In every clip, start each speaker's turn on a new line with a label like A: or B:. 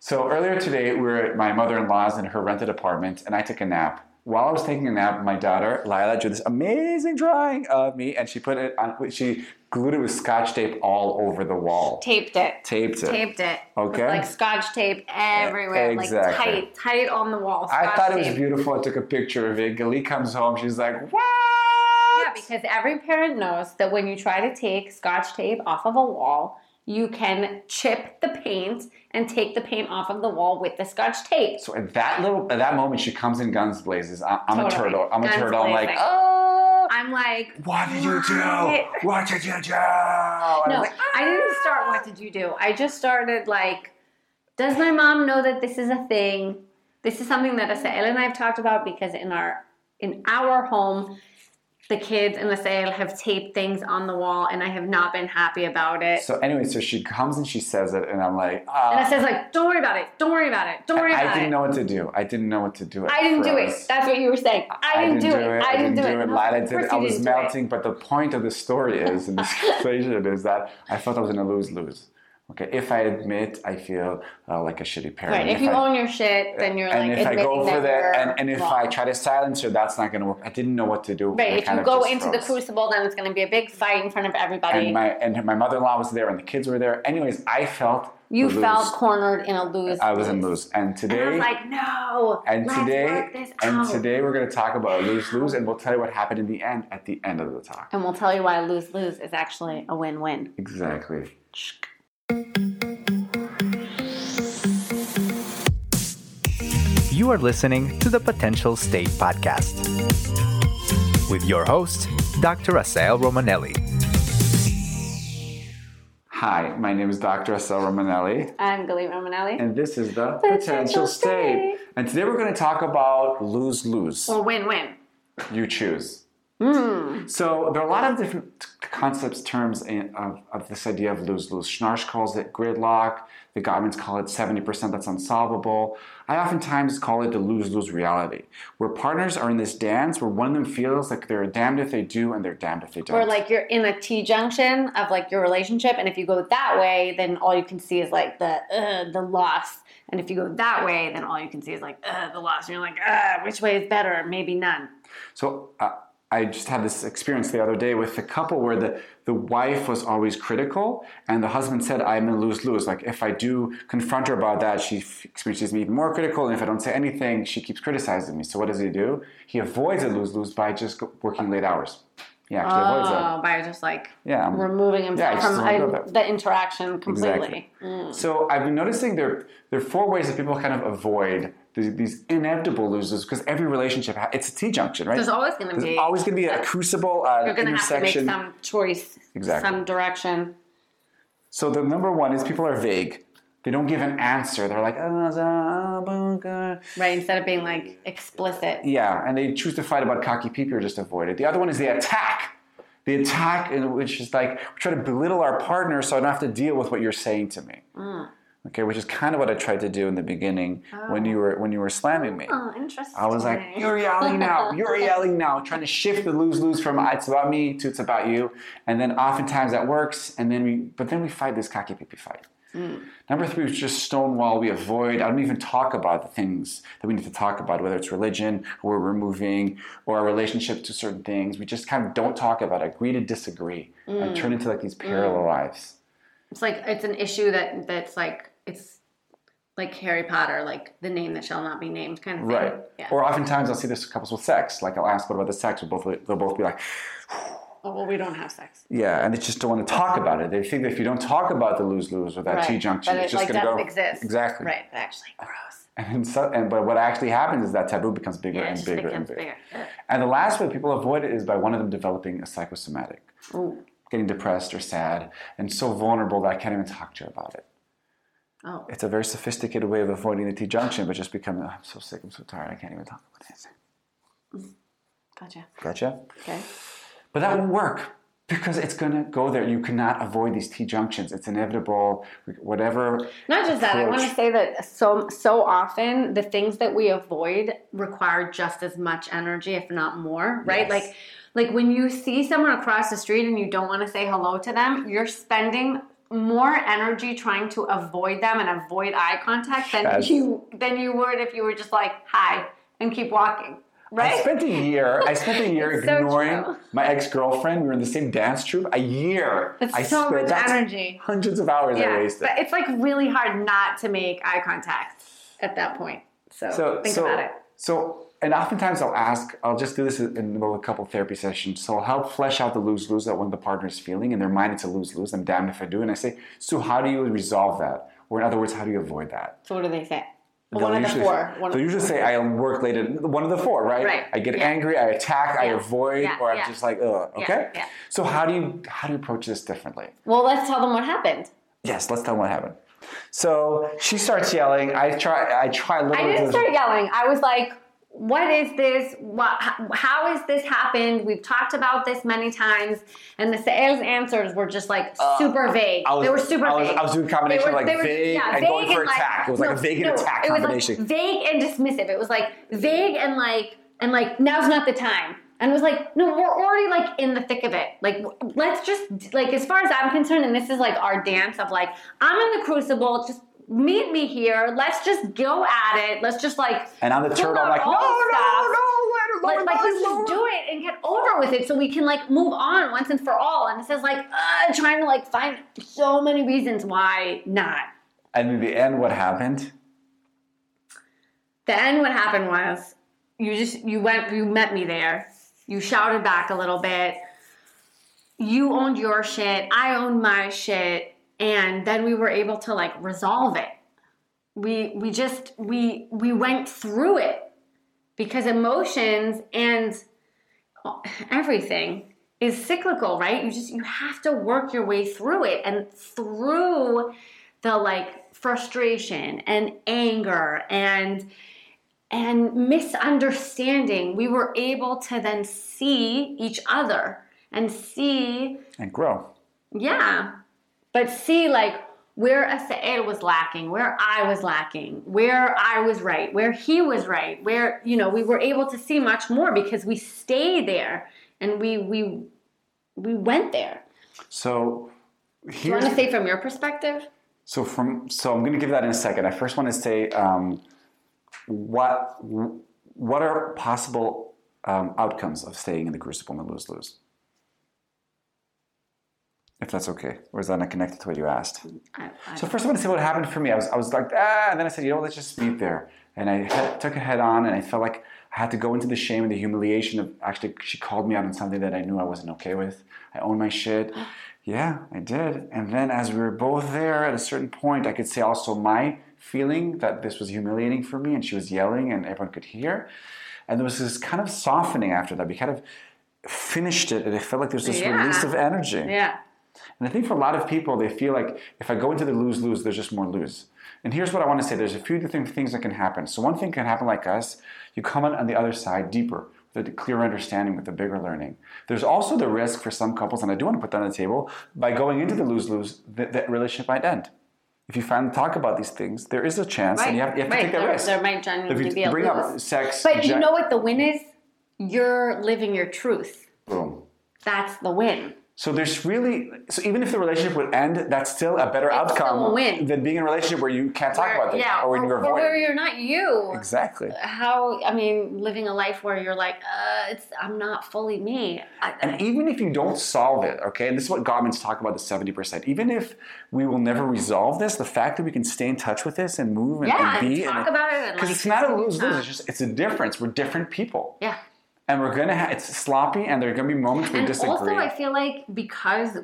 A: So earlier today, we were at my mother-in-law's in her rented apartment, and I took a nap. While I was taking a nap, my daughter Lila drew this amazing drawing of me, and she put it on. She glued it with scotch tape all over the wall,
B: Taped it.
A: taped it.
B: Taped it.
A: Okay.
B: Like scotch tape everywhere. Like
A: Exactly.
B: tight, tight on the wall.
A: I
B: scotch
A: thought it was
B: tape.
A: beautiful. I took a picture of it. Galee comes home. She's like, "What?"
B: Yeah, because every parent knows that when you try to take scotch tape off of a wall, you can chip the paint and take the paint off of the wall with the scotch tape.
A: So at that little, at that moment, she comes in guns blazes. I, I'm a
B: Totally.
A: turtle. I'm a
B: Guns
A: turtle. I'm like,
B: blazing.
A: "Oh,
B: I'm like,
A: what did you
B: What?
A: do? What did you do?" And
B: no,
A: I'm like, "Ah."
B: I didn't start. What did you do? I just started like, does my mom know that this is a thing? This is something that Asael and I have talked about because in our in our home, the kids and Asael have taped things on the wall, and I have not been happy about it.
A: So anyway, so she comes and she says it, and I'm like,
B: and
A: "Ah."
B: Asael's like, don't worry about it. Don't worry about it. Don't worry
A: I
B: about
A: didn't
B: it.
A: know what to do. I didn't know what to do. at
B: I didn't do it.
A: first.
B: That's what you were saying. I, didn't, do it. I didn't do it. No,
A: Lila did
B: of course
A: it. I
B: you
A: was
B: didn't do it.
A: melting. But the point of the story is, in this situation, is that I felt I was in a lose lose. Okay, if I admit, I feel uh, like a shitty parent.
B: Right. If you
A: I,
B: own your shit, then you're
A: and
B: like
A: if I
B: admitting
A: go for
B: that, you're
A: and, and if
B: wrong.
A: I try to silence her, that's not going to work. I didn't know what to do. I
B: Right, if
A: kind
B: you
A: of
B: go
A: just
B: into the
A: froze.
B: crucible, then it's going to be a big fight in front of everybody.
A: and my and my mother-in-law was there, and the kids were there. Anyways, I felt
B: you
A: the lose.
B: felt cornered in a lose.
A: I was in lose, and
B: And
A: today
B: I was like, no.
A: And
B: let's
A: today,
B: work this
A: and
B: out.
A: today we're going to talk about lose lose, and we'll tell you what happened in the end at the end of the talk.
B: and we'll tell you why lose lose is actually a win win.
A: Exactly.
C: You are listening to the Potential State Podcast with your host, Dr. Asael Romanelli.
A: Hi, my name is Dr. Estelle Romanelli,
B: I'm Galit Romanelli.
A: and this is the
B: Potential
A: Potential, State.
B: State.
A: And today we're going to talk about lose lose.
B: Or win win.
A: You choose. So there are a lot of different concepts, terms in, of, of this idea of lose lose. Schnarch calls it gridlock. The Gottmans call it 70% that's unsolvable. I oftentimes call it the lose lose reality, where partners are in this dance where one of them feels like they're damned if they do and they're damned if they don't.
B: Or like you're in a T junction of like your relationship, and if you go that way, then all you can see is like the uh, the loss. And if you go that way, then all you can see is like uh, the loss. And you're like, uh, which way is better? Maybe none.
A: So uh, I just had this experience the other day with a couple where the, the wife was always critical, and the husband said, I'm in lose lose. Like, if I do confront her about that, she f- experiences me even more critical, and if I don't say anything, she keeps criticizing me. So, what does he do? He avoids a lose lose by just go- working late hours. He actually avoids that.
B: Oh, by just like
A: Yeah. I'm-
B: removing
A: Yeah, I
B: himself
A: just
B: from
A: don't
B: uh,
A: do that.
B: the interaction completely.
A: um, So I've been noticing there there are four ways that people kind of avoid these, these inevitable losers because every relationship ha- it's a T junction, right?
B: There's always gonna
A: There's
B: be-
A: always going to be a crucible, uh,
B: You're gonna have to make
A: intersection.
B: some choice,
A: Exactly.
B: some direction.
A: So the number one is people are vague. They don't give an answer. They're like, "Ah, za- ah, boo, ga."
B: Right, instead of being like explicit.
A: yeah, and they choose to fight about cocky peepee or just avoid it. The other one is the attack. The attack, in which is like, we try to belittle our partner so I don't have to deal with what you're saying to me. Okay, which is kind of what I tried to do in the beginning when you were when you were slamming me.
B: Oh, interesting.
A: I was like, you're yelling now, you're yelling now, trying to shift the lose lose from it's about me to it's about you. And then oftentimes that works, and then we but then we fight this cocky pee fight. Number three is just stonewall. We avoid. I don't even talk about the things that we need to talk about, whether it's religion or we're moving or our relationship to certain things. We just kind of don't talk about it. Agree to disagree and turn into like these parallel lives.
B: It's like it's an issue that that's like it's like Harry Potter, like the name that shall not be named, kind of thing.
A: Right.
B: Yeah.
A: Or oftentimes I'll see this with couples with sex. Like I'll ask, what about the sex? We'll both, they'll both be like,
B: oh, well, we don't have sex.
A: Yeah, and they just don't want to talk about it. They think that if you don't talk about the lose lose or that
B: Right.
A: T junction,
B: But
A: it's
B: it
A: just
B: like
A: going to
B: doesn't
A: go
B: exist.
A: exactly.
B: Right. Actually, gross.
A: And so, and but what actually happens is that taboo becomes bigger
B: Yeah, it
A: and
B: just
A: bigger and
B: becomes
A: bigger.
B: bigger. Ugh.
A: And the last way people avoid it is by one of them developing a psychosomatic, getting depressed or sad, and so vulnerable that I can't even talk to her about it.
B: Oh.
A: It's a very sophisticated way of avoiding the T junction, but just becoming "Oh, I'm so sick, I'm so tired, I can't even talk about anything.
B: Gotcha.
A: Gotcha.
B: Okay.
A: But that won't work because it's going to go there. You cannot avoid these T junctions. It's inevitable. Whatever.
B: Not just that, I
A: approach-
B: want to say that so so often the things that we avoid require just as much energy, if not more, right?
A: Yes.
B: Like like when you see someone across the street and you don't want to say hello to them, you're spending more energy trying to avoid them and avoid eye contact than
A: Yes.
B: you than you would if you were just like hi and keep walking,
A: I
B: right?
A: spent a year. I spent a year
B: It's so
A: ignoring
B: true.
A: my ex girlfriend. We were in the same dance troupe. A year.
B: That's
A: I
B: so
A: spent
B: much
A: that's
B: energy.
A: Hundreds of hours I
B: yeah,
A: wasted.
B: but it's like really hard not to make eye contact at that point. So,
A: so
B: think
A: so
B: about it.
A: so and oftentives I'll ask. I'll just do this in the middle of a couple therapy sessions. So I'll help flesh out the lose lose that one of the partner is feeling. In their mind, it's a lose lose. I'm damned if I do. And I say, so how do you resolve that? Or in other words, how do you avoid that?
B: So what do they say?
A: They'll
B: One of the
A: usually-
B: four. One
A: they'll
B: of the
A: usually say, "I work late." At, one of the four, right?
B: Right.
A: I get
B: Yeah.
A: angry, I attack, I
B: Yeah.
A: avoid,
B: Yeah.
A: or I'm
B: Yeah.
A: just like, "Ugh."
B: Yeah.
A: Okay.
B: Yeah.
A: So how do you how do you approach this differently?
B: Well, let's tell them what happened.
A: Yes, let's tell them what happened. So she starts yelling. I try. I try a little.
B: I
A: bit
B: didn't
A: to-
B: start yelling. I was like, "What is this? What? h- How has this happened? We've talked about this many times." And the sales answers were just like super vague.
A: Uh, I was-
B: they were super
A: I was-
B: vague.
A: I was doing a combination
B: They
A: of, like, vague and going for attack. It was like a vague and attack
B: it was, like,
A: combination.
B: vague and dismissive. It was like vague and like and like now's not the time. And it was like, no, we're already like in the thick of it. Like, w- let's just like as far as I'm concerned, and this is like our dance of like I'm in the crucible. Just meet me here. Let's just go at it. Let's just like
A: and on the
B: pull
A: turtle, I'm
B: out
A: like, "No,
B: all
A: no,
B: the stuff."
A: no, let
B: Let,
A: her
B: like,
A: let her
B: let's just
A: alone."
B: do it and get over with it so we can, like, move on once and for all. And this is, like, uh, trying to, like, find so many reasons why not.
A: And in the end, what happened?
B: Then what happened was you just you went you met me there. You shouted back a little bit. You owned your shit, I owned my shit, and then we were able to like resolve it. We we just we we went through it because emotions and everything is cyclical, right? You just you have to work your way through it and through the like frustration and anger and and misunderstanding we were able to then see each other and see
A: And grow.
B: yeah but see like where Asael was lacking, where I was lacking, where I was right, where he was right, where you know we were able to see much more because we stayed there and we we we went there.
A: So here's
B: Do you want to say from your perspective?
A: So from so I'm going to give that in a second. I first want to say um, what what are possible um, outcomes of staying in the crucible and lose lose. If that's okay, or is that not connected to what you asked?
B: I, I,
A: So first, I want to say what happened for me. I was, I was like, ah, and then I said, you know, what, let's just meet there. And I had, took it head on, and I felt like I had to go into the shame and the humiliation of actually she called me out on something that I knew I wasn't okay with. I owned my shit. Yeah, I did. And then as we were both there, at a certain point, I could say also my feeling that this was humiliating for me, and she was yelling, and everyone could hear. And there was this kind of softening after that. We kind of finished it, and it felt like there's this
B: Yeah.
A: release of energy.
B: yeah.
A: And I think for a lot of people, they feel like if I go into the lose lose, there's just more lose. And here's what I want to say there's a few different things that can happen. So, one thing can happen like us, you come in on the other side deeper with a clearer understanding, with a bigger learning. There's also the risk for some couples, and I do want to put that on the table, by going into the lose lose, that, that relationship might end. If you finally talk about these things, there is a chance, and you have, you have to
B: right.
A: take that
B: there,
A: risk.
B: there might
A: if
B: genuinely
A: you
B: be a
A: bring up
B: lose.
A: sex,
B: But you
A: gen-
B: know what the win is? You're living your truth.
A: boom.
B: That's the win.
A: So there's really so even if the relationship would end, that's still a better
B: It's still
A: outcome
B: a win.
A: than being in a relationship where you can't talk
B: Where-
A: about things
B: yeah,
A: or when you're avoiding.
B: where you're not you.
A: exactly.
B: How I mean, living a life where you're like, uh, it's I'm not fully me. I,
A: And even if you don't solve it, okay, and this is what Gottman's talking about the 70%, even if we will never resolve this, the fact that we can stay in touch with this and move and,
B: yeah,
A: and
B: and
A: be
B: talk about it. and,
A: because
B: like,
A: it's not a lose lose, it's just it's a difference. We're different people.
B: yeah.
A: And we're gonna have it's sloppy and there are gonna be moments where we
B: And
A: disagree.
B: also, I feel like because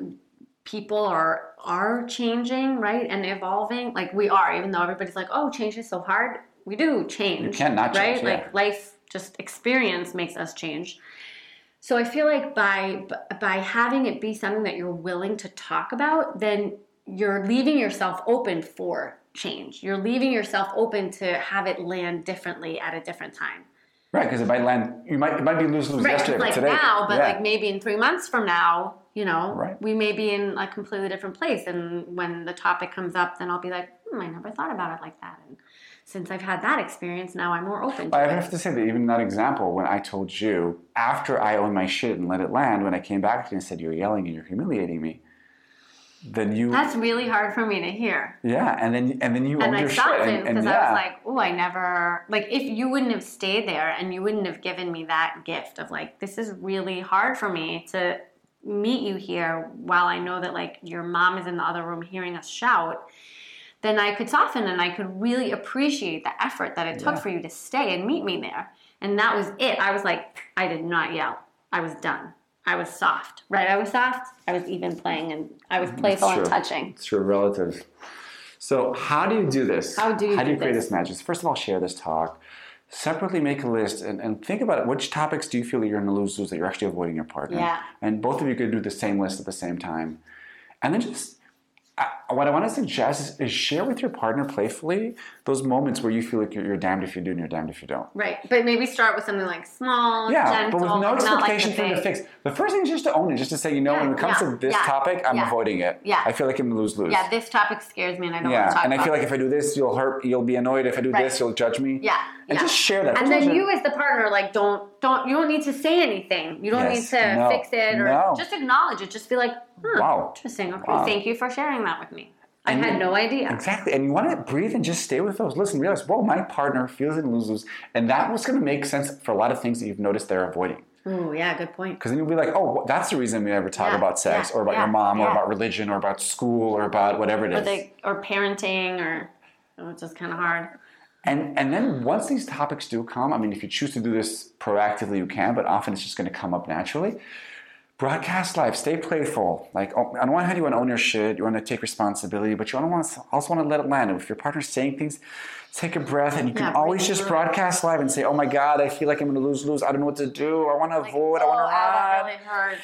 B: people are are changing, right, and evolving, like we are, even though everybody's like, "Oh, change is so hard." We do change. You
A: can't not
B: right?
A: change, yeah.
B: Like life, just experience makes us change. So I feel like by by having it be something that you're willing to talk about, then you're leaving yourself open for change. You're leaving yourself open to have it land differently at a different time.
A: right, because it might land you might it might be lose lose
B: Right,
A: yesterday,
B: like
A: but today.
B: now, but
A: yeah.
B: like maybe in three months from now, you know,
A: Right.
B: we may be in a completely different place. And when the topic comes up, then I'll be like, hmm, I never thought about it like that. And since I've had that experience, now I'm more open to
A: I
B: it.
A: have to say that even in that example, when I told you after I owned my shit and let it land, when I came back to you and said you're yelling and you're humiliating me, then you
B: That's really hard for me to hear.
A: yeah, and then and then you own
B: And I
A: your shit.
B: stopped him
A: and, and
B: because
A: yeah,
B: I was like, oh, I never, like, if you wouldn't have stayed there and you wouldn't have given me that gift of, like, this is really hard for me to meet you here while I know that, like, your mom is in the other room hearing us shout, then I could soften and I could really appreciate the effort that it took
A: Yeah.
B: for you to stay and meet me there. And that was it. I was like, I did not yell. I was done. I was soft, right? I was soft. I was even playing and I was playful and
A: Mm, true.
B: touching.
A: it's your relative. So how do you do this?
B: How do you
A: how do
B: do
A: you create
B: this?
A: this matches? First of all, share this talk. Separately make a list and, and think about it. Which topics do you feel that you're in the lose lose that you're actually avoiding your partner?
B: Yeah.
A: And both of you could do the same list at the same time. And then just I, what I want to suggest is, is share with your partner playfully those moments where you feel like you're, you're damned if you do and you're damned if you don't.
B: Right, but maybe start with something like small,
A: Yeah,
B: gentle,
A: but with no
B: like, not like
A: expectation
B: the
A: for you to
B: big-
A: fix. The first thing is just to own it, just to say, you know,
B: Yeah,
A: when it comes
B: yeah,
A: to this
B: yeah,
A: topic, I'm
B: yeah,
A: avoiding it.
B: yeah.
A: I feel like I'm lose lose.
B: Yeah, this topic scares me, and I don't want to
A: Yeah,
B: talk
A: and I
B: about.
A: feel like if I do this, you'll hurt, you'll be annoyed. If I do
B: Right.
A: this, you'll judge me.
B: Yeah,
A: And
B: yeah.
A: just share that.
B: and then you, as the partner, like don't don't you don't need to say anything. You don't
A: Yes,
B: need to
A: no,
B: fix it or
A: no.
B: just acknowledge it. Just be like, hmm,
A: Wow.
B: interesting. Okay,
A: Wow.
B: thank you for sharing that with me. I
A: And
B: had
A: you-
B: no idea.
A: Exactly. And you want to breathe and just stay with those. Listen, realize, whoa, my partner feels in lose lose. And that was going to make sense for a lot of things that you've noticed they're avoiding.
B: Oh yeah, good point.
A: Because then you'll be like, oh, wh- that's the reason we never talk
B: Yeah,
A: about sex
B: yeah,
A: or about
B: yeah,
A: your mom or
B: yeah.
A: about religion or about school or about whatever it is.
B: Or they or parenting or oh, it's just kind of hard.
A: And and then once these topics do come, I mean, if you choose to do this proactively, you can, but often it's just going to come up naturally. Broadcast live, stay playful. Like oh, on one hand, you want to own your shit, you want to take responsibility, but you want to also want to let it land. If your partner's saying things, take a breath, and you can
B: Yeah,
A: always
B: breathe
A: just
B: through it.
A: broadcast live and say, "Oh my God, I feel like I'm going to lose, lose. I don't know what to do. I want to avoid. I
B: oh,
A: want to
B: wow, that
A: run."
B: really hurts.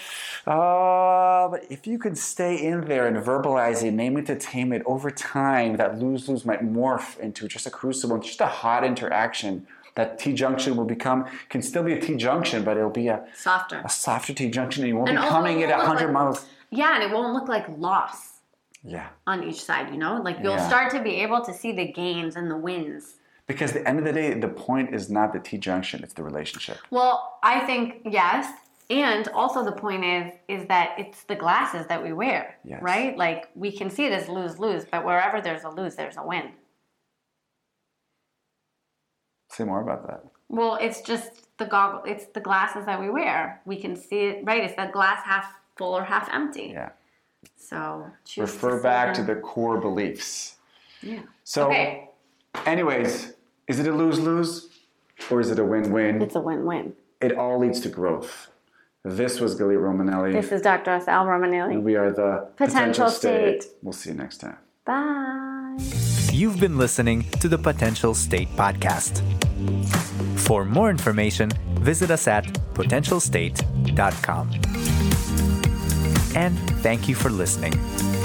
A: Oh, but if you can stay in there and verbalize it, name it to tame it over time, that lose lose might morph into just a crucible, just a hot interaction. That T junction will become, can still be a T junction, but it'll be a,
B: Softer.
A: a softer T junction and you won't
B: And
A: be
B: also
A: coming it
B: it
A: at
B: won't look
A: 100
B: like-
A: miles.
B: Yeah, and it won't look like loss.
A: Yeah.
B: on each side, you know? Like you'll
A: Yeah.
B: start to be able to see the gains and the wins.
A: Because at the end of the day, the point is not the T junction, it's the relationship.
B: Well, I think yes. And also the point is is that it's the glasses that we wear,
A: Yes.
B: right? Like we can see it as lose lose, but wherever there's a lose, there's a win.
A: Say more about that.
B: Well, it's just the goggle it's the glasses that we wear. We can see it, right? It's that glass half full or half empty.
A: Yeah.
B: So choose
A: Refer
B: see
A: back to
B: them.
A: the core beliefs.
B: Yeah.
A: So,
B: Okay.
A: anyways, is it a lose lose or is it a win win?
B: It's a win-win.
A: it all leads to growth. This was Gilly Romanelli.
B: This is Dr. S. Al Romanelli.
A: we are the
B: Potential State.
A: We'll see you next time.
B: Bye.
C: You've been listening to the Potential State Podcast. For more information, visit us at potentialstate.com. And thank you for listening.